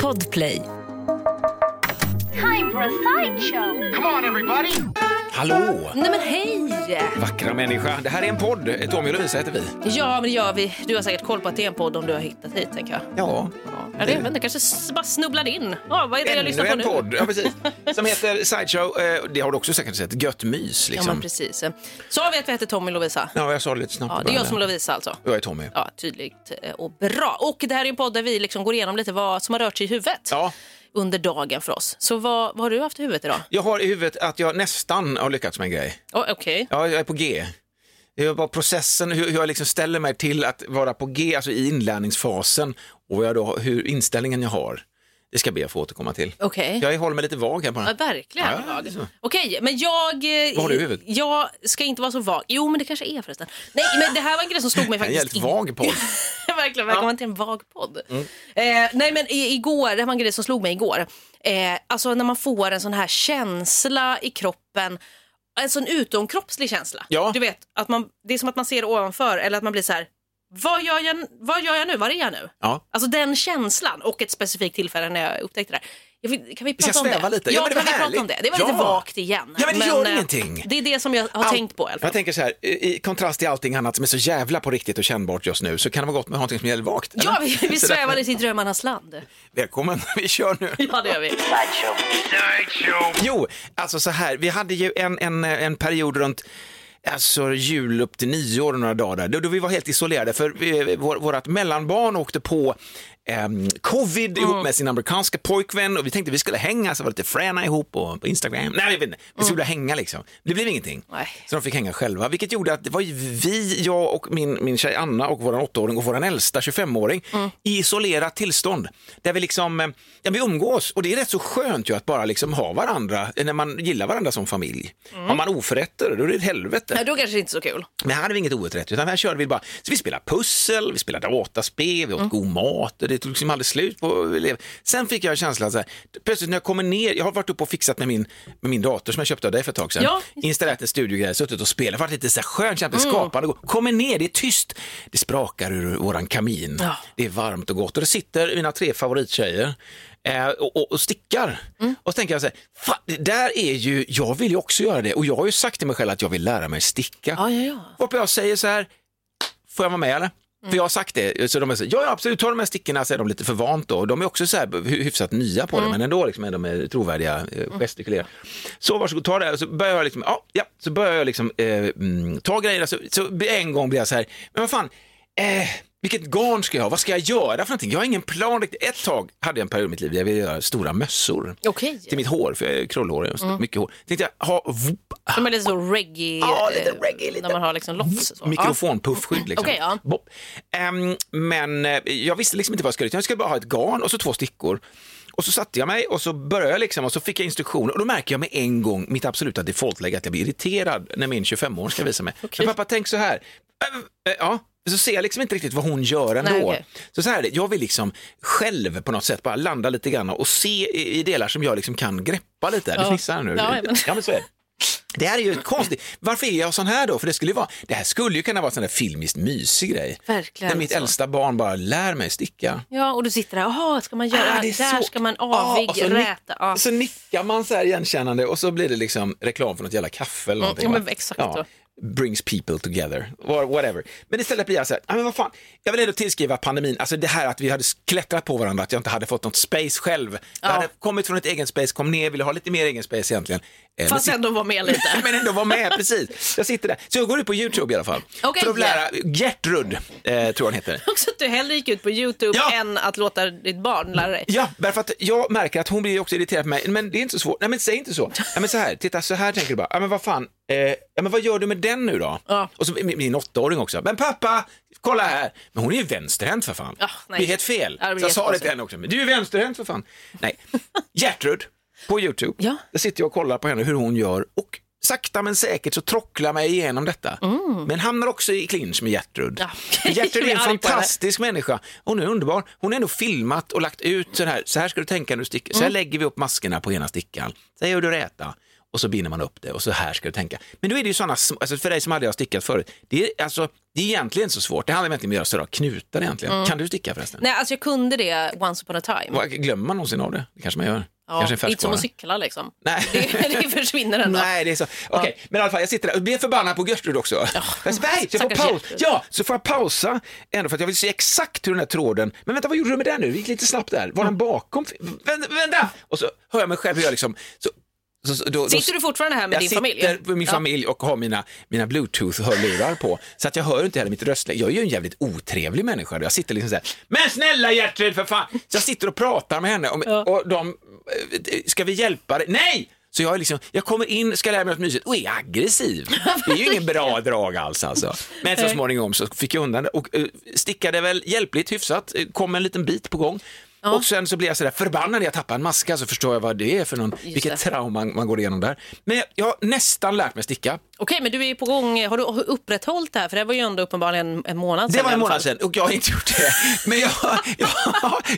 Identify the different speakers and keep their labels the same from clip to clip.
Speaker 1: Podplay.
Speaker 2: Time for a sideshow.
Speaker 3: Come on everybody!
Speaker 4: Hallå!
Speaker 1: Nej men hej!
Speaker 4: Vackra människa. Det här är en podd. Tommy och Lovisa heter vi.
Speaker 1: Ja men det gör vi. Du har säkert koll på att det är en podd om du har hittat hit tänker jag.
Speaker 4: Ja.
Speaker 1: Ja, det, men det kanske s- bara snubblade in. Ja, vad är det jag lyssnar
Speaker 4: Ännu
Speaker 1: på
Speaker 4: en
Speaker 1: nu?
Speaker 4: podd. Ja, precis. Som heter Sideshow. Eh, Det har du också säkert sett. Gött mys
Speaker 1: Ja
Speaker 4: liksom.
Speaker 1: men precis. Sa vi att vi heter Tommy Lovisa?
Speaker 4: Ja, jag sa det lite snabbt.
Speaker 1: Ja,
Speaker 4: i
Speaker 1: det är
Speaker 4: början.
Speaker 1: jag som är Lovisa alltså.
Speaker 4: Jag är Tommy.
Speaker 1: Ja, tydligt eh, och bra. Och det här är en podd där vi liksom går igenom lite vad som har rört sig i huvudet
Speaker 4: Ja.
Speaker 1: under dagen för oss. Så vad, vad har du haft i huvudet idag?
Speaker 4: Jag har i huvudet att jag nästan har lyckats med en grej.
Speaker 1: Oh, Okej.
Speaker 4: Ja, jag är på G. Jag var processen, hur hur jag liksom ställer mig till att vara på G, alltså i inlärningsfasen och vad jag då, hur inställningen jag har. Det ska jag be att få återkomma till.
Speaker 1: Okej.
Speaker 4: Jag håller mig lite vag här
Speaker 1: Ja,
Speaker 4: bara.
Speaker 1: verkligen.
Speaker 4: Ja,
Speaker 1: vag.
Speaker 4: det är så.
Speaker 1: Okej, men jag... eh,
Speaker 4: Vad har du i huvudet?
Speaker 1: Jag ska inte vara så vag. Jo, men det kanske är förresten. Nej, men det här var en grej som slog mig
Speaker 4: En
Speaker 1: faktiskt.
Speaker 4: jävligt
Speaker 1: i-
Speaker 4: vag Mm. podd.
Speaker 1: verkligen, välkommen till en vag podd. Eh, nej, men i, igår, det här var en grej som slog mig igår. Eh, alltså när man får en sån här känsla i kroppen, en sån utomkroppslig känsla.
Speaker 4: Ja.
Speaker 1: Du vet, att man, det är som att man ser ovanför eller att man blir så här, vad gör jag, vad gör jag nu? Var är jag nu?
Speaker 4: Ja.
Speaker 1: Alltså den känslan och ett specifikt tillfälle när jag upptäckte det här. Jag vill, kan vi
Speaker 4: ska
Speaker 1: prata om
Speaker 4: sväva
Speaker 1: det?
Speaker 4: lite.
Speaker 1: Ja,
Speaker 4: Ja, men det
Speaker 1: kan
Speaker 4: var
Speaker 1: vi prata
Speaker 4: härligt.
Speaker 1: om det? Det var lite
Speaker 4: Ja.
Speaker 1: vagt igen.
Speaker 4: Ja, men det gör
Speaker 1: eh,
Speaker 4: ingenting.
Speaker 1: Det är det som jag har
Speaker 4: Allt-
Speaker 1: tänkt på i alla fall.
Speaker 4: Jag tänker så här, i i kontrast till allting annat som är så jävla på riktigt och kännbart just nu så kan det vara gott med någonting som gäller vagt. eller?
Speaker 1: Ja, vi, vi
Speaker 4: Så där-
Speaker 1: svävade till drömmarnas land.
Speaker 4: Välkommen, vi kör nu.
Speaker 1: Ja, det gör vi.
Speaker 4: Jo, alltså så här, vi hade ju en, en, en period runt Alltså jul upp till nyår och några dagar där, då, då vi var helt isolerade för vi, vår, vårat mellanbarn åkte på ehm, covid
Speaker 1: Mm.
Speaker 4: ihop med sin amerikanska pojkvän och vi tänkte vi skulle hänga, så var det lite fräna ihop och på Instagram. Nej, jag vet inte. vi skulle hänga liksom. Det blev ingenting.
Speaker 1: Mm. Nej.
Speaker 4: Så de fick hänga själva, vilket gjorde att det var ju vi, jag och min, min tjej Anna och våran åttaåring och våran äldsta 25-åring i isolerat tillstånd. Där vi liksom, eh, ja vi umgås och det är rätt så skönt ju att bara liksom ha varandra, eh, när man gillar varandra som familj. Har man oförrätter, då är det ett helvete.
Speaker 1: Nej, då kanske det inte är så kul.
Speaker 4: Men här hade vi inget outrätt, utan här körde vi bara, så vi spelade pussel, vi spelade dataspel, vi åt
Speaker 1: Mm.
Speaker 4: god mat och det tog liksom aldrig slut på elev. Sen fick jag känslan så här, plötsligt när jag kommer ner, jag har varit uppe och fixat med min, med min dator som jag köpte av dig för ett tag sedan,
Speaker 1: Ja, Mm. just det.
Speaker 4: installerat en studiogrej, suttit och spelat, varit lite så här skön känsla, skapande, och god. kommer ner, det är tyst, det sprakar ur våran kamin,
Speaker 1: Ja.
Speaker 4: det är varmt och gott och det sitter mina tre favorittjejer eh, och, och, och stickar.
Speaker 1: Mm.
Speaker 4: Och så tänker jag så här, fan, det där är ju, jag vill ju också göra det och jag har ju sagt till mig själv att jag vill lära mig sticka.
Speaker 1: Ja, ja, ja.
Speaker 4: Varpå jag säger så här, får jag vara med eller? För jag har sagt det, så de är så, ja ja, absolut, ta de här stickorna, säger de lite för vant då. De är också så här hy- hyfsat nya på det, men ändå liksom är de är trovärdiga, eh, gestikulerar. Så varsågod, ta det här. Och Så börjar jag liksom, ja, ja, så börjar jag liksom eh, mm, ta grejer. Så, så en gång blir jag så här, men vad fan, eh, vilket garn ska jag ha? Vad ska jag göra för någonting? Jag har ingen plan riktigt. Ett tag hade jag en period i mitt liv där jag ville göra stora mössor.
Speaker 1: Okej.
Speaker 4: Till mitt hår, för jag är krullhårig, jag har mycket hår. Tänkte jag, ha, vop,
Speaker 1: De är lite så reggae,
Speaker 4: Ja, lite
Speaker 1: eh,
Speaker 4: reggae, lite-
Speaker 1: när man har liksom lofts. och så.
Speaker 4: mikrofonpuffskydd. Liksom.
Speaker 1: Okej, ja.
Speaker 4: Bopp. Ehm, men eh, jag visste liksom inte vad jag skulle göra. Jag skulle bara ha ett garn och så två stickor. Och så satte jag mig och så började jag liksom och så fick jag instruktioner och då märker jag med en gång mitt absoluta defaultläge att jag blir irriterad när min 25-åring ska visa mig. Men pappa, tänk så här. Eh, eh, Ja, så ser jag liksom inte riktigt vad hon gör ändå.
Speaker 1: Nej, okej.
Speaker 4: Så så här är det, jag vill liksom själv på något sätt bara landa lite grann och se i i delar som jag liksom kan greppa lite. Du fnissar här nu.
Speaker 1: Ja, men-
Speaker 4: ja, men så är det. Det här är ju konstigt. Varför är jag sån här då? För det skulle ju vara, det här skulle ju kunna vara en sån där filmiskt mysig grej.
Speaker 1: Verkligen
Speaker 4: När mitt
Speaker 1: så.
Speaker 4: äldsta barn bara lär mig sticka.
Speaker 1: Ja. ja, och du sitter där, jaha, ska man göra,
Speaker 4: Ah, det är
Speaker 1: där
Speaker 4: så-
Speaker 1: ska man
Speaker 4: Ja, och så
Speaker 1: avigräta.
Speaker 4: nick- Så nickar man så här igenkännande och så blir det liksom reklam för något jävla kaffe eller någonting.
Speaker 1: Mm, ja,
Speaker 4: va?
Speaker 1: men exakt så.
Speaker 4: Brings people together, or whatever. Men istället blir jag så här, "Ah, men vad fan, jag vill ändå tillskriva pandemin, alltså det här att vi hade klättrat på varandra, att jag inte hade fått något space själv. Jag hade kommit från ett egen space, kom ner, ville ha lite mer egen space egentligen. Eh,
Speaker 1: Fast
Speaker 4: men-
Speaker 1: ändå vara med lite.
Speaker 4: men ändå var med, precis. Jag sitter där. Så jag går ut på YouTube i alla fall.
Speaker 1: Okej.
Speaker 4: För att lära Gertrud, eh, tror jag hon heter.
Speaker 1: Också att du hellre gick ut på YouTube
Speaker 4: Ja.
Speaker 1: än att låta ditt barn lära dig.
Speaker 4: Ja, därför att jag märker att hon blir också irriterad på mig. Men det är inte så svårt. Nej, men säg inte så. Nej, men så här, titta, så här tänker du bara. Ja, men vad fan. Eh, ja, men vad gör du med den nu då?
Speaker 1: Ja.
Speaker 4: Och så min, min åttaåring också. Men pappa, kolla här. Men hon är ju vänsterhänt för fan.
Speaker 1: Ja, nej.
Speaker 4: Det är helt fel.
Speaker 1: Ja, det blir
Speaker 4: så jag sa det till
Speaker 1: jättekonstigt.
Speaker 4: henne också. Men du är ju vänsterhänt för fan. Nej, Gertrud på YouTube.
Speaker 1: Ja.
Speaker 4: Där sitter jag och kollar på henne hur hon gör. Och Sakta men säkert så trocklar mig igenom detta. Men hamnar också i clinch med
Speaker 1: Mm.
Speaker 4: Gertrud.
Speaker 1: Ja.
Speaker 4: För Gertrud är
Speaker 1: Jag är
Speaker 4: en
Speaker 1: arg på henne.
Speaker 4: fantastisk fantastisk människa. Hon är underbar. Hon har ändå filmat och lagt ut så här. Så här ska du tänka när du stickar.
Speaker 1: Mm.
Speaker 4: Så här lägger vi upp maskerna på ena stickan. Så här gör du räta. Och så binder man upp det och så här ska du tänka. Men då är det ju sådana, sm- alltså för dig som aldrig har stickat förut, det är, alltså, Det är egentligen inte så svårt. Det handlar egentligen om att göra stora knutar egentligen. Kan du sticka förresten?
Speaker 1: Mm. Nej, alltså jag kunde det once upon a time.
Speaker 4: Vad- Glömmer man någonsin av det? Det kanske man gör.
Speaker 1: Ja,
Speaker 4: kanske
Speaker 1: det är inte som
Speaker 4: färskvara.
Speaker 1: att cykla liksom.
Speaker 4: Nej.
Speaker 1: Det, det försvinner ändå.
Speaker 4: Nej, det är så. Okej, men i alla fall, jag sitter där och blir förbannad på Gertrud också. Jag säger, "Alltså, nej, så jag får
Speaker 1: stackars
Speaker 4: paus.
Speaker 1: Gertrud.
Speaker 4: Ja, så får jag pausa ändå för att jag vill se exakt hur den här tråden, men vänta, vad gjorde du med den nu? Det gick lite snabbt där. Var den bakom? Vänta, vänta! Och så hör jag mig själv hur jag liksom, så, så, så, då,
Speaker 1: Sitter du fortfarande här med
Speaker 4: jag
Speaker 1: din
Speaker 4: sitter
Speaker 1: familj?
Speaker 4: med min
Speaker 1: Ja.
Speaker 4: familj och har mina, mina bluetooth-hörlurar på. Så att jag hör inte heller mitt röstläge. Jag är ju en jävligt otrevlig människa. Jag sitter liksom så här, men snälla Gertrud för fan! Så jag sitter och pratar med henne om,
Speaker 1: Ja.
Speaker 4: och de, eh, ska vi hjälpa dig? Nej! Så jag, är liksom, jag kommer in, ska lära mig något mysigt och är aggressiv. Det är ju ingen bra drag alls alltså. Men så småningom så fick jag undan det och eh, stickade väl hjälpligt hyfsat, eh, kom en liten bit på gång. Och sen så blir jag sådär förbannad när jag tappar en maska så förstår jag vad det är för någon, vilket
Speaker 1: det.
Speaker 4: trauma man går igenom där. Men jag, jag har nästan lärt mig sticka.
Speaker 1: Okej, men du är ju på gång. Har du upprätthållit det här? För det här var ju ändå uppenbarligen en, en månad sedan.
Speaker 4: Det var
Speaker 1: i alla
Speaker 4: en
Speaker 1: fall.
Speaker 4: månad sedan och jag har inte gjort det. Men jag, jag,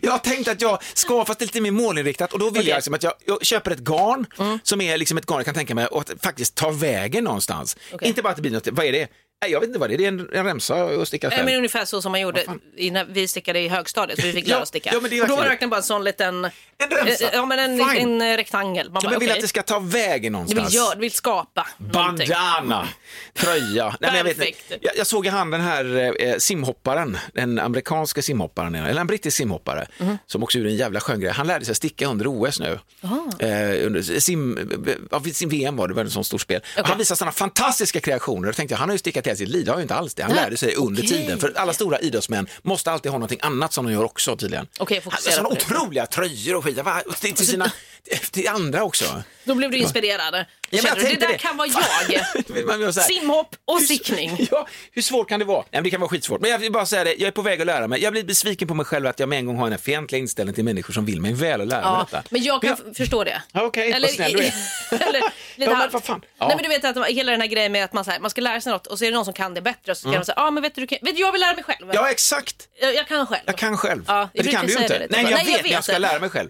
Speaker 4: jag har tänkt att jag ska, fast lite mer målinriktat och då vill jag liksom att jag, jag köper ett garn
Speaker 1: Mm.
Speaker 4: som är liksom ett garn jag kan tänka mig och att faktiskt ta vägen någonstans.
Speaker 1: Okej.
Speaker 4: Inte bara att det blir något, vad är det? Nej, jag vet inte vad det är, det är en, en remsa och sticka
Speaker 1: Nej,
Speaker 4: själv.
Speaker 1: men ungefär så som man gjorde i- när vi stickade i högstadiet. Vi fick lära
Speaker 4: Ja,
Speaker 1: oss sticka.
Speaker 4: ja, men det är
Speaker 1: Och då var det verkligen
Speaker 4: verkligen-
Speaker 1: bara en sån liten...
Speaker 4: En remsa.
Speaker 1: Eh, Ja, men en,
Speaker 4: Fine.
Speaker 1: en, eh, rektangel. Man
Speaker 4: jag
Speaker 1: bara,
Speaker 4: vill att
Speaker 1: okej.
Speaker 4: det ska ta vägen
Speaker 1: du
Speaker 4: någonstans.
Speaker 1: vill, göra, du vill skapa någonting.
Speaker 4: Bandana, tröja. Nej, men jag, vet inte.
Speaker 1: Perfekt.
Speaker 4: Jag, jag såg i hand den här eh, simhopparen, den amerikanska simhopparen, eller en brittisk simhoppare,
Speaker 1: Mhm.
Speaker 4: som också gjorde en jävla skön grej. Han lärde sig sticka under OS nu. Eh, under sim, ja, vid sim VM var det, väl en sån stor spel. Och Han visade sådana fantastiska kreationer. Då tänkte jag, han har ju stickat hela sitt liv, det har ju inte alls det. Han lärde sig under
Speaker 1: okej.
Speaker 4: tiden, för alla stora idrottsmän måste alltid ha någonting annat som de gör också tydligen.
Speaker 1: Okej,
Speaker 4: han,
Speaker 1: fokusera
Speaker 4: sådana
Speaker 1: på det.
Speaker 4: otroliga tröjor och skit, Jag bara, till, till, sina, till andra också.
Speaker 1: Då blev du inspirerad.
Speaker 4: Ja, men jag
Speaker 1: Kände du, det
Speaker 4: tänkte
Speaker 1: där kan vara jag.
Speaker 4: Du vet, man gör så här.
Speaker 1: Simhopp och
Speaker 4: Hur-
Speaker 1: stickning.
Speaker 4: Ja, hur svårt kan det vara? Nej, men det kan vara skitsvårt. Men jag vill bara säga det, jag är på väg att lära mig. Jag blir besviken på mig själv att jag med en gång har den här fientliga inställningen till människor som vill mig väl och lära mig
Speaker 1: Ja,
Speaker 4: detta.
Speaker 1: men jag kan f- förstå det.
Speaker 4: Ja, okej, vad
Speaker 1: Eller-
Speaker 4: snäll du är.
Speaker 1: eller lite
Speaker 4: men
Speaker 1: halvt.
Speaker 4: vad fan. Ja.
Speaker 1: Nej, men du vet att hela den här grejen med att man, så här, man ska lära sig något och så är det någon som kan det bättre och så ska de säga, ja ah, men vet du, du kan, vet, du, jag vill lära mig själv.
Speaker 4: Mm. Ja, exakt.
Speaker 1: Jag, jag kan själv.
Speaker 4: Jag kan själv.
Speaker 1: Ja, jag
Speaker 4: men det
Speaker 1: brukar
Speaker 4: kan du ju
Speaker 1: säga
Speaker 4: inte.
Speaker 1: det lite
Speaker 4: Nej,
Speaker 1: bara.
Speaker 4: jag,
Speaker 1: Nej, jag
Speaker 4: vet, men jag
Speaker 1: vet
Speaker 4: ska
Speaker 1: det.
Speaker 4: lära mig själv.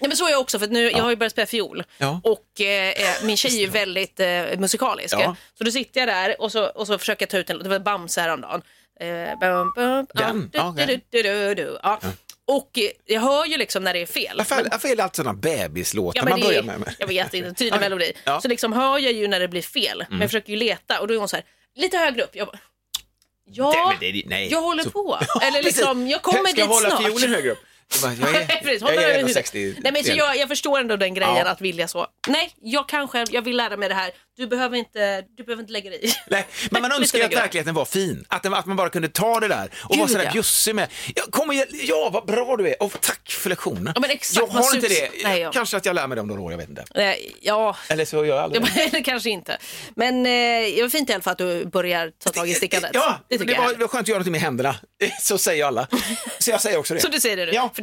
Speaker 1: Nej, men så är jag också, för att nu, jag har ju börjat spela fiol
Speaker 4: Ja.
Speaker 1: och eh, eh, min tjej är ju väldigt eh, musikalisk.
Speaker 4: Ja.
Speaker 1: Så då sitter jag där och så, och så försöker jag ta ut en låt, det var Bamse häromdagen. Eh, bum, bum,
Speaker 4: Den?
Speaker 1: ja, du,
Speaker 4: Okej.
Speaker 1: du, du, du, du, ja. Och eh, jag hör ju liksom när det är fel.
Speaker 4: Varför, varför är det alltid sådana bebislåtar
Speaker 1: Ja, men
Speaker 4: man
Speaker 1: det
Speaker 4: börjar
Speaker 1: är,
Speaker 4: med?
Speaker 1: jag vet inte, en tydlig melodi.
Speaker 4: Ja. Mm.
Speaker 1: Så liksom hör jag ju när det blir fel, men jag försöker ju leta och då är hon så här, lite högre upp. Jag bara,
Speaker 4: Det-
Speaker 1: ja,
Speaker 4: men det är- nej.
Speaker 1: jag håller
Speaker 4: Så-
Speaker 1: på. Eller
Speaker 4: Precis.
Speaker 1: liksom, jag kommer
Speaker 4: Ska
Speaker 1: dit
Speaker 4: jag hålla
Speaker 1: snart.
Speaker 4: fiolen högre upp? Jag bara, Jag
Speaker 1: Nej,
Speaker 4: är,
Speaker 1: precis.
Speaker 4: jag
Speaker 1: Hålla över
Speaker 4: är
Speaker 1: huvudet.
Speaker 4: 160.
Speaker 1: Nej, men så jag, jag förstår ändå den grejen
Speaker 4: Ja.
Speaker 1: att vilja så. Nej, jag kan själv, jag vill lära mig det här. Du behöver inte, du behöver inte lägga dig i.
Speaker 4: Nej, men man
Speaker 1: Lite
Speaker 4: önskar ju att
Speaker 1: längre.
Speaker 4: verkligheten var fin, att, den, att man bara kunde ta det där och vara
Speaker 1: Gud,
Speaker 4: sådär
Speaker 1: ja.
Speaker 4: bjussig med. Ja, kom igen, ja, vad bra du är och tack för lektionen.
Speaker 1: Ja, men exakt,
Speaker 4: jag
Speaker 1: man
Speaker 4: har inte
Speaker 1: sugs-
Speaker 4: det.
Speaker 1: Nej, ja.
Speaker 4: Kanske att jag lär mig det om några år, jag vet inte.
Speaker 1: Nej, Eh, ja.
Speaker 4: Eller så gör jag aldrig det.
Speaker 1: Eller kanske inte. Men eh, det var fint i alla fall att du börjar ta tag i stickandet.
Speaker 4: Ja,
Speaker 1: det
Speaker 4: det,
Speaker 1: tycker jag.
Speaker 4: var, det var skönt att göra något med händerna. Så säger ju alla. Så jag säger också det.
Speaker 1: Så du säger det du,
Speaker 4: Ja.
Speaker 1: för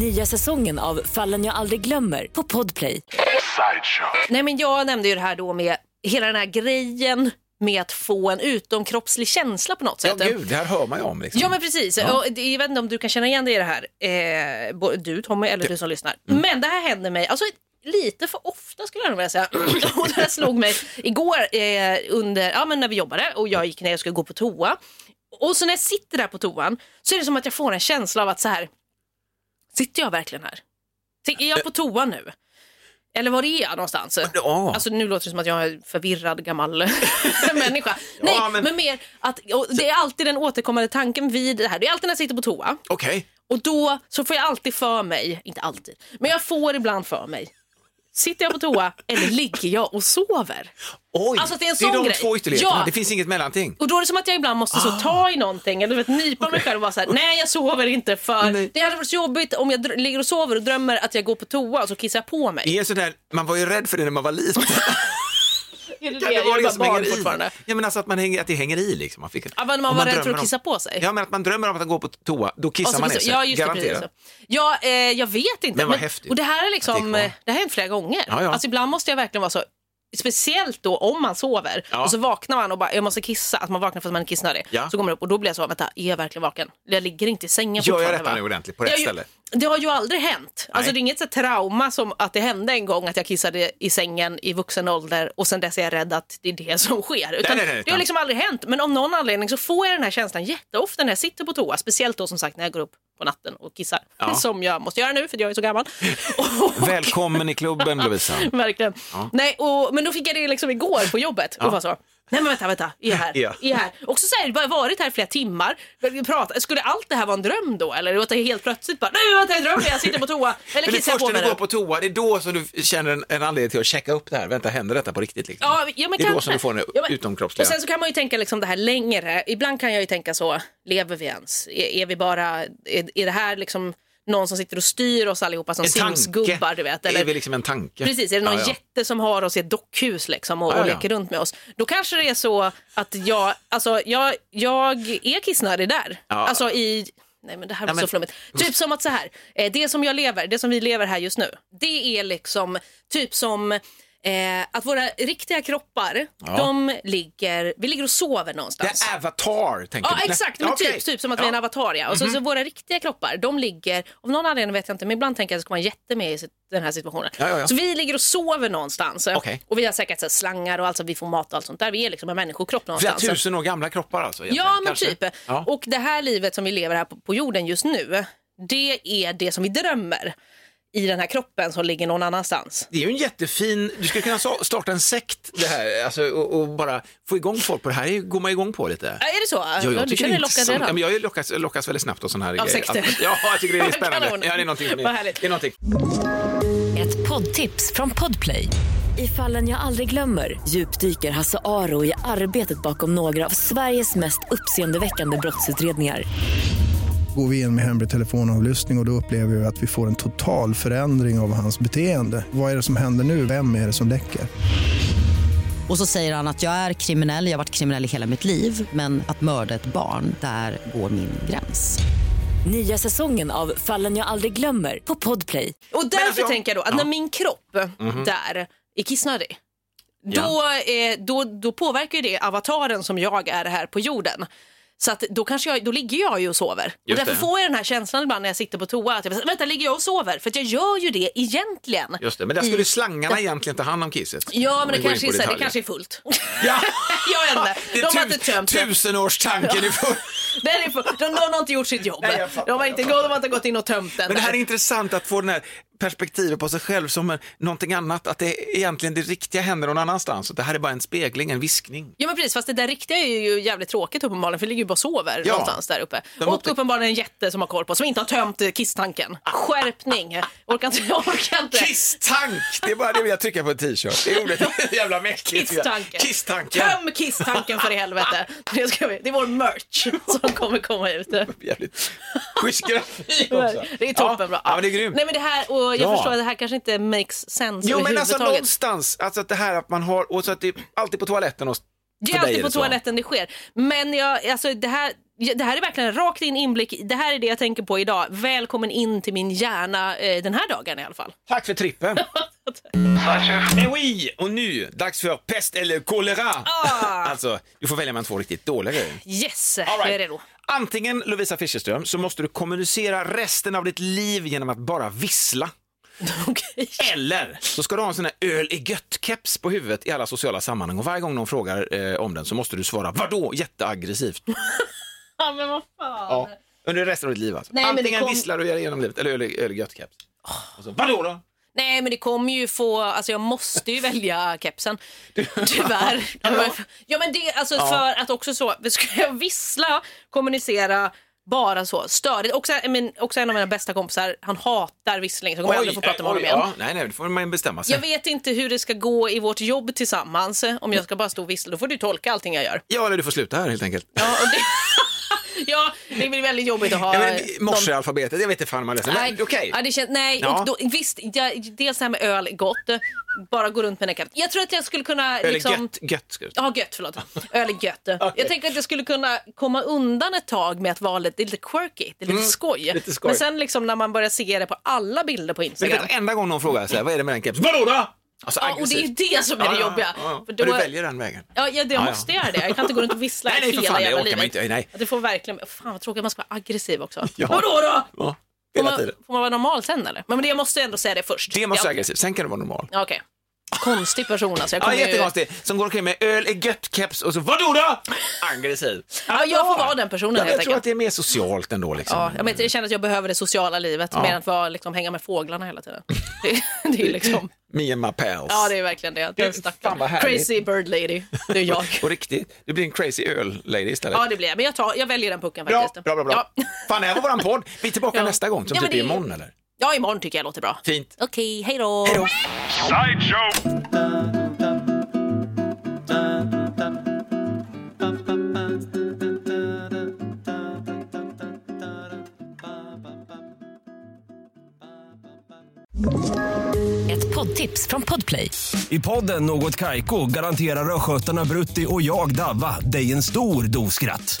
Speaker 2: Nya säsongen av Fallen jag aldrig glömmer på Podplay.
Speaker 1: Nej men jag nämnde ju det här då med hela den här grejen med att få en utomkroppslig känsla på något
Speaker 4: Ja,
Speaker 1: sätt.
Speaker 4: gud, det här hör man ju om. Liksom.
Speaker 1: Ja men precis, Och det- jag vet inte om du kan känna igen dig i det här, eh, bo- du Tommy eller du som lyssnar.
Speaker 4: Mm.
Speaker 1: Men det här händer mig, alltså lite för ofta skulle jag nog vilja säga. och det här slog mig igår eh, under, ja, men när vi jobbade och jag gick ner och skulle gå på toa. Och så när jag sitter där på toan så är det som att jag får en känsla av att så här, sitter jag verkligen här? Tänk, Är jag på toa nu? Eller var är jag någonstans?
Speaker 4: Ja.
Speaker 1: Alltså nu låter det som att jag är en förvirrad gammal människa.
Speaker 4: Ja,
Speaker 1: Nej, men,
Speaker 4: men-
Speaker 1: mer att, och det är alltid den återkommande tanken vid det här. Det är alltid när jag sitter på toa
Speaker 4: Okej.
Speaker 1: och då så får jag alltid för mig, inte alltid, men jag får ibland för mig. Sitter jag på toa eller ligger jag och sover?
Speaker 4: Oj,
Speaker 1: Alltså, det är en
Speaker 4: de
Speaker 1: sån grej.
Speaker 4: två ytterligheterna.
Speaker 1: Ja.
Speaker 4: Det finns inget mellanting.
Speaker 1: Och då är det som att jag ibland måste så ta i någonting eller du vet, nypa mig själv och vara så här, nej jag sover inte för det hade varit så jobbigt om jag dr- ligger och sover och drömmer att jag går på toa och så kissar jag på mig.
Speaker 4: Det är sådär, man var ju rädd för det när man var liten.
Speaker 1: Är det
Speaker 4: Kan
Speaker 1: det?
Speaker 4: det vara
Speaker 1: Jag
Speaker 4: det som
Speaker 1: bara barn
Speaker 4: hänger i?
Speaker 1: fortfarande.
Speaker 4: Ja, men alltså att, man hänger, att det hänger i liksom. Man fick,
Speaker 1: Ja, men man
Speaker 4: om
Speaker 1: var rädd för
Speaker 4: drömmer
Speaker 1: att
Speaker 4: om-
Speaker 1: kissa på sig.
Speaker 4: Ja, men att man drömmer om att gå på toa, då
Speaker 1: Och
Speaker 4: kissar
Speaker 1: så
Speaker 4: man ner
Speaker 1: precis-
Speaker 4: sig.
Speaker 1: Alltså, ja, just det, precis.
Speaker 4: Garanterat.
Speaker 1: så. Ja, eh, jag vet inte.
Speaker 4: Men vad häftigt.
Speaker 1: Och det här är liksom,
Speaker 4: Det är kvar.
Speaker 1: eh, det här har hänt flera gånger.
Speaker 4: Ja, ja.
Speaker 1: Alltså ibland måste jag verkligen vara så, speciellt då om man sover
Speaker 4: Ja.
Speaker 1: och så vaknar man och bara, jag måste kissa, att man vaknar för att man är kissnödig.
Speaker 4: Ja.
Speaker 1: Så går man upp och då blir jag så, vänta, är jag verkligen vaken? Jag ligger inte i sängen
Speaker 4: Gör jag
Speaker 1: fortfarande,
Speaker 4: detta
Speaker 1: va?
Speaker 4: nu ordentligt på
Speaker 1: Det har
Speaker 4: rätt
Speaker 1: ju-
Speaker 4: ställe?
Speaker 1: Det har ju aldrig hänt. Alltså, det är inget så trauma som att det hände en gång att jag kissade i sängen i vuxen ålder och sen dess är jag rädd att det är det som sker. Utan
Speaker 4: nej, nej,
Speaker 1: det har
Speaker 4: nej.
Speaker 1: liksom aldrig hänt. Men om någon anledning så får jag den här känslan jätteofta när jag sitter på toa. Speciellt då som sagt när jag går upp på natten och kissar.
Speaker 4: Ja.
Speaker 1: Som jag måste göra nu för jag är så gammal. Och-
Speaker 4: Välkommen i klubben Lovisa.
Speaker 1: Verkligen. Nej, och, men då fick jag det liksom igår på jobbet och var så. Nej men vänta, vänta, är jag här?
Speaker 4: Ja.
Speaker 1: Är jag här? Och så säger bara varit här i flera timmar. Vi pratar- Skulle allt det här vara en dröm då? Eller att det helt plötsligt bara, nej vänta jag drömmer, jag sitter på toa. Eller
Speaker 4: Men det är
Speaker 1: kissar jag på
Speaker 4: först när
Speaker 1: mig
Speaker 4: du
Speaker 1: nu.
Speaker 4: går på toa, det är då som du känner en, en anledning till att checka upp det här. Vänta, händer detta på riktigt? Liksom?
Speaker 1: Ja, ja, men
Speaker 4: det är då
Speaker 1: kanske.
Speaker 4: som du får den
Speaker 1: Ja, men-
Speaker 4: utomkroppsliga...
Speaker 1: Och sen så kan man ju tänka liksom det här längre. Ibland kan jag ju tänka så, lever vi ens? Är, är vi bara, är, är det här liksom någon som sitter och styr oss allihopa som
Speaker 4: en
Speaker 1: Sims-gubbar du vet?
Speaker 4: Är vi liksom en tanke?
Speaker 1: Precis, är det någon
Speaker 4: Ja, ja.
Speaker 1: jätte som har oss i ett dockhus liksom och,
Speaker 4: Ja,
Speaker 1: och
Speaker 4: ja.
Speaker 1: leker runt med oss. Då kanske det är så att jag, alltså, jag, jag är kissnödig där.
Speaker 4: Ja.
Speaker 1: Alltså i... Nej men det här blir
Speaker 4: men-
Speaker 1: så flummigt. Typ som att så här, eh, det som jag lever, det som vi lever här just nu, det är liksom typ som eh, att våra riktiga kroppar, de ligger, vi ligger och sover
Speaker 4: Det
Speaker 1: någonstans.
Speaker 4: är avatar, tänker
Speaker 1: Ja
Speaker 4: du?
Speaker 1: exakt, men
Speaker 4: Ja, okej.
Speaker 1: typ, typ som att vi
Speaker 4: Ja. Mhm.
Speaker 1: är en avatar ja. Och så, så våra riktiga kroppar, de ligger, av någon anledning vet jag inte, men ibland tänker jag att det ska vara en jätte med i sit- den här situationen.
Speaker 4: Ja, ja, ja.
Speaker 1: Så vi ligger och sover någonstans eh,
Speaker 4: Okej.
Speaker 1: och vi har säkert så här, slangar och allt så vi får mat och allt sånt där. Vi är liksom en människokropp
Speaker 4: Flera
Speaker 1: någonstans.
Speaker 4: tusen år gamla kroppar alltså? egentligen,
Speaker 1: ja men
Speaker 4: kanske.
Speaker 1: typ.
Speaker 4: Ja.
Speaker 1: Och det här livet som vi lever här på, på jorden just nu, det är det som vi drömmer i den här kroppen som ligger någon annanstans.
Speaker 4: Det är ju en jättefin, du skulle kunna sa- starta en sekt det här alltså, och, och bara få igång folk på det här, Det går man igång på lite.
Speaker 1: Ja, är det så?
Speaker 4: Ja, jag
Speaker 1: du känner
Speaker 4: tycker det
Speaker 1: dig lockad
Speaker 4: är intressant. Ja,
Speaker 1: redan?
Speaker 4: men jag lockas, lockas väldigt snabbt av sådana här
Speaker 1: Av sekter.
Speaker 4: Att- Ja, jag tycker det är spännande.
Speaker 1: Kanon.
Speaker 4: Ja, det är någonting. som är-
Speaker 1: Vad härligt.
Speaker 4: Det är någonting.
Speaker 2: Ett poddtips från Podplay. I fallen jag aldrig glömmer djupdyker Hasse Aro i arbetet bakom några av Sveriges mest uppseendeväckande brottsutredningar.
Speaker 3: Går vi in med hemlig telefonavlyssning och, och då upplever vi att vi får en total förändring av hans beteende. Vad är det som händer nu? Vem är det som läcker?
Speaker 5: Och så säger han att jag är kriminell, jag har varit kriminell i hela mitt liv men att mörda ett barn, där går min gräns.
Speaker 2: Nya säsongen av Fallen jag aldrig glömmer på Podplay.
Speaker 1: Och därför
Speaker 4: alltså jag- Mhm.
Speaker 1: tänker jag då att när min kropp där är kissnödig, då, eh, då, då påverkar ju det avataren som jag är här på jorden. Så att då, kanske jag, då ligger jag ju och sover. Och
Speaker 4: Just
Speaker 1: därför
Speaker 4: det.
Speaker 1: får jag den här känslan ibland när jag sitter på toa. Att jag bara, vänta, ligger jag och sover? För att jag gör ju det egentligen.
Speaker 4: Just det, men där skulle ju slangarna egentligen ta hand om kisset.
Speaker 1: Mm. Ja,
Speaker 4: Om
Speaker 1: men
Speaker 4: vi
Speaker 1: det
Speaker 4: går
Speaker 1: kanske, är,
Speaker 4: in på
Speaker 1: så här, det
Speaker 4: detaljer.
Speaker 1: kanske är fullt.
Speaker 4: Ja.
Speaker 1: jag vet inte.
Speaker 4: Det
Speaker 1: De
Speaker 4: är
Speaker 1: har
Speaker 4: tus-
Speaker 1: inte tömt det.
Speaker 4: Tusenårstanken är full.
Speaker 1: Den är full. De, de har inte gjort sitt jobb.
Speaker 4: Nej, jag fattar,
Speaker 1: de, har inte, de har inte gått in och tömt den.
Speaker 4: Men det här
Speaker 1: där.
Speaker 4: är intressant att få den här perspektivet på sig själv som en, någonting annat, att det egentligen det riktiga händer någon annanstans. Och det här är bara en spegling, en viskning.
Speaker 1: Ja men precis, fast det där riktiga är ju jävligt tråkigt uppenbarligen för det ligger ju bara och sover
Speaker 4: Ja.
Speaker 1: någonstans där uppe.
Speaker 4: De
Speaker 1: och
Speaker 4: upptäck-
Speaker 1: uppenbarligen en jätte som har koll på som inte har tömt eh, kisstanken. Skärpning! Jag Orkar inte, jag orkar inte.
Speaker 4: Kisstank! Det är bara det jag trycker på en t-shirt. Det är ordet jävla mäckigt.
Speaker 1: Kisstanken.
Speaker 4: Kisstanken.
Speaker 1: Töm kisstanken för i helvete. Det, ska vi, det är vår merch som kommer komma ut.
Speaker 4: Jävligt schysst grafik också.
Speaker 1: Det är toppen
Speaker 4: ja.
Speaker 1: bra.
Speaker 4: Ja, men det är grymt.
Speaker 1: Nej men det här, och jag
Speaker 4: Ja.
Speaker 1: förstår att det här kanske inte makes sense
Speaker 4: Jo men alltså
Speaker 1: överhuvudtaget.
Speaker 4: någonstans, alltså att det här att man har, och så att det är alltid på toaletten och
Speaker 1: Det
Speaker 4: för
Speaker 1: är
Speaker 4: dig
Speaker 1: alltid
Speaker 4: är
Speaker 1: på
Speaker 4: det så.
Speaker 1: toaletten det sker. Men jag, alltså det här, det här är verkligen rakt in inblick. Det här är det jag tänker på idag. Välkommen in till min hjärna eh, den här dagen i alla fall.
Speaker 4: Tack för trippen. Men oui, och nu dags för pest eller kolera.
Speaker 1: Ah.
Speaker 4: Alltså, du får välja mellan två riktigt dåliga grejer.
Speaker 1: Yes,
Speaker 4: All
Speaker 1: jag är redo.
Speaker 4: Antingen Lovisa Fischerström så måste du kommunicera resten av ditt liv genom att bara vissla.
Speaker 1: Okej.
Speaker 4: Eller så ska du ha en sån här öl i gött-keps på huvudet i alla sociala sammanhang och varje gång någon frågar eh, om den så måste du svara vadå jätteaggressivt.
Speaker 1: Ja, men vad fan.
Speaker 4: Ja. Under resten av ditt liv alltså.
Speaker 1: Nej, men det
Speaker 4: Antingen
Speaker 1: kom-
Speaker 4: visslar du genom livet eller öl i, öl i gött-keps. Och så, vadå då?
Speaker 1: Nej, men det kommer ju få... Alltså jag måste ju välja kepsen. Tyvärr. ja, men det, alltså för att också så... Ska jag vissla, kommunicera, bara så. Störigt. Också, eh, men, också en av mina bästa kompisar, han hatar vissling så jag kommer aldrig få prata med
Speaker 4: eh,
Speaker 1: honom
Speaker 4: oj,
Speaker 1: igen.
Speaker 4: ja. Nej, nej, då får man bestämma sig.
Speaker 1: Jag vet inte hur det ska gå i vårt jobb tillsammans eh, om jag ska bara stå och vissla. Då får du tolka allting jag gör.
Speaker 4: Ja, eller du får sluta här helt enkelt.
Speaker 1: Ja, och det... ja, det blir väldigt jobbigt att ha...
Speaker 4: Ja, men Morsealfabetet, jag vet inte fan om man läser.
Speaker 1: Nej,
Speaker 4: Men okej.
Speaker 1: ja, det känns, nej.
Speaker 4: Ja.
Speaker 1: Och då, visst, jag, dels det här med öl, är gott. Bara gå runt med den här kapten. Jag tror att jag skulle kunna...
Speaker 4: Eller
Speaker 1: liksom,
Speaker 4: gött, gött ska det stå.
Speaker 1: Ja, gött, förlåt. Öl är gött. Jag tänker att jag skulle kunna komma undan ett tag med att vara lite, det är lite quirky, det är lite, skoj.
Speaker 4: Mm, lite skoj.
Speaker 1: Men sen liksom när man börjar se det på alla bilder på
Speaker 4: Men det
Speaker 1: Instagram.
Speaker 4: är enda gång någon frågar så här, vad är det med den kepsen? Vadå då? Alltså
Speaker 1: Ja, och det är ju
Speaker 4: aggressivt.
Speaker 1: det som är
Speaker 4: Ja,
Speaker 1: det
Speaker 4: ja,
Speaker 1: jobbiga.
Speaker 4: ja, ja.
Speaker 1: För
Speaker 4: Men
Speaker 1: då-
Speaker 4: du väljer den vägen.
Speaker 1: Ja, ja det
Speaker 4: Ja, ja.
Speaker 1: måste göra det. Jag kan inte gå runt och vissla
Speaker 4: Nej, nej, för
Speaker 1: hela
Speaker 4: fan, det
Speaker 1: jävla
Speaker 4: orkar man inte. Nej.
Speaker 1: Det får verkligen... Fan vad tråkigt, man ska vara aggressiv också.
Speaker 4: Ja.
Speaker 1: Vadå då?
Speaker 4: Ja,
Speaker 1: Får
Speaker 4: hela
Speaker 1: man,
Speaker 4: tiden.
Speaker 1: får man vara normal sen eller? Men men det- jag måste ändå säga det först.
Speaker 4: Det måste
Speaker 1: ja.
Speaker 4: vara aggressivt, sen kan du vara normal.
Speaker 1: Ja, Okej. Konstig person alltså. Jag
Speaker 4: Ja,
Speaker 1: kommer ju-
Speaker 4: jättekonstig. Som går omkring med öl är gött-keps och så vadå då? Aggressiv.
Speaker 1: Ja, jag får vara den personen
Speaker 4: Ja,
Speaker 1: helt
Speaker 4: jag tror
Speaker 1: enkelt.
Speaker 4: att det är mer socialt ändå. Liksom.
Speaker 1: Ja, jag, men, jag känner att jag behöver det sociala livet mer än att vara, liksom, hänga med fåglarna hela tiden. Det, det är liksom,
Speaker 4: Me and my pals.
Speaker 1: ja det är verkligen det. det är
Speaker 4: Ja, fan, vad
Speaker 1: stackarn.
Speaker 4: härligt.
Speaker 1: Crazy bird lady, det är jag.
Speaker 4: Och riktigt, du blir en crazy öl-lady istället.
Speaker 1: Ja det blir jag, men jag, tar, jag väljer den pucken
Speaker 4: bra,
Speaker 1: faktiskt.
Speaker 4: bra, bra. bra.
Speaker 1: Ja.
Speaker 4: Fan, det här var våran podd. Vi är tillbaka
Speaker 1: Ja.
Speaker 4: nästa gång, som
Speaker 1: Ja, men
Speaker 4: typ är
Speaker 1: det-
Speaker 4: imorgon eller?
Speaker 1: ja imorgon tycker jag låter bra.
Speaker 4: Fint.
Speaker 1: Okej, hej då.
Speaker 6: Sideshow.
Speaker 2: Ett poddtips från Podplay.
Speaker 7: I podden Något Kaiko garanterar östgötarna Brutti och jag, Davva, dig en stor dos skratt.